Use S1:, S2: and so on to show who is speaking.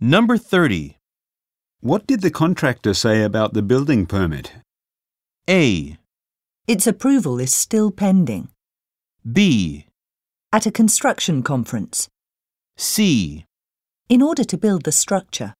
S1: Number 30.
S2: What did the contractor say about the building permit?
S1: A.
S3: Its approval is still pending.
S1: B.
S3: At a construction conference,
S1: C.
S3: in order to build the structure,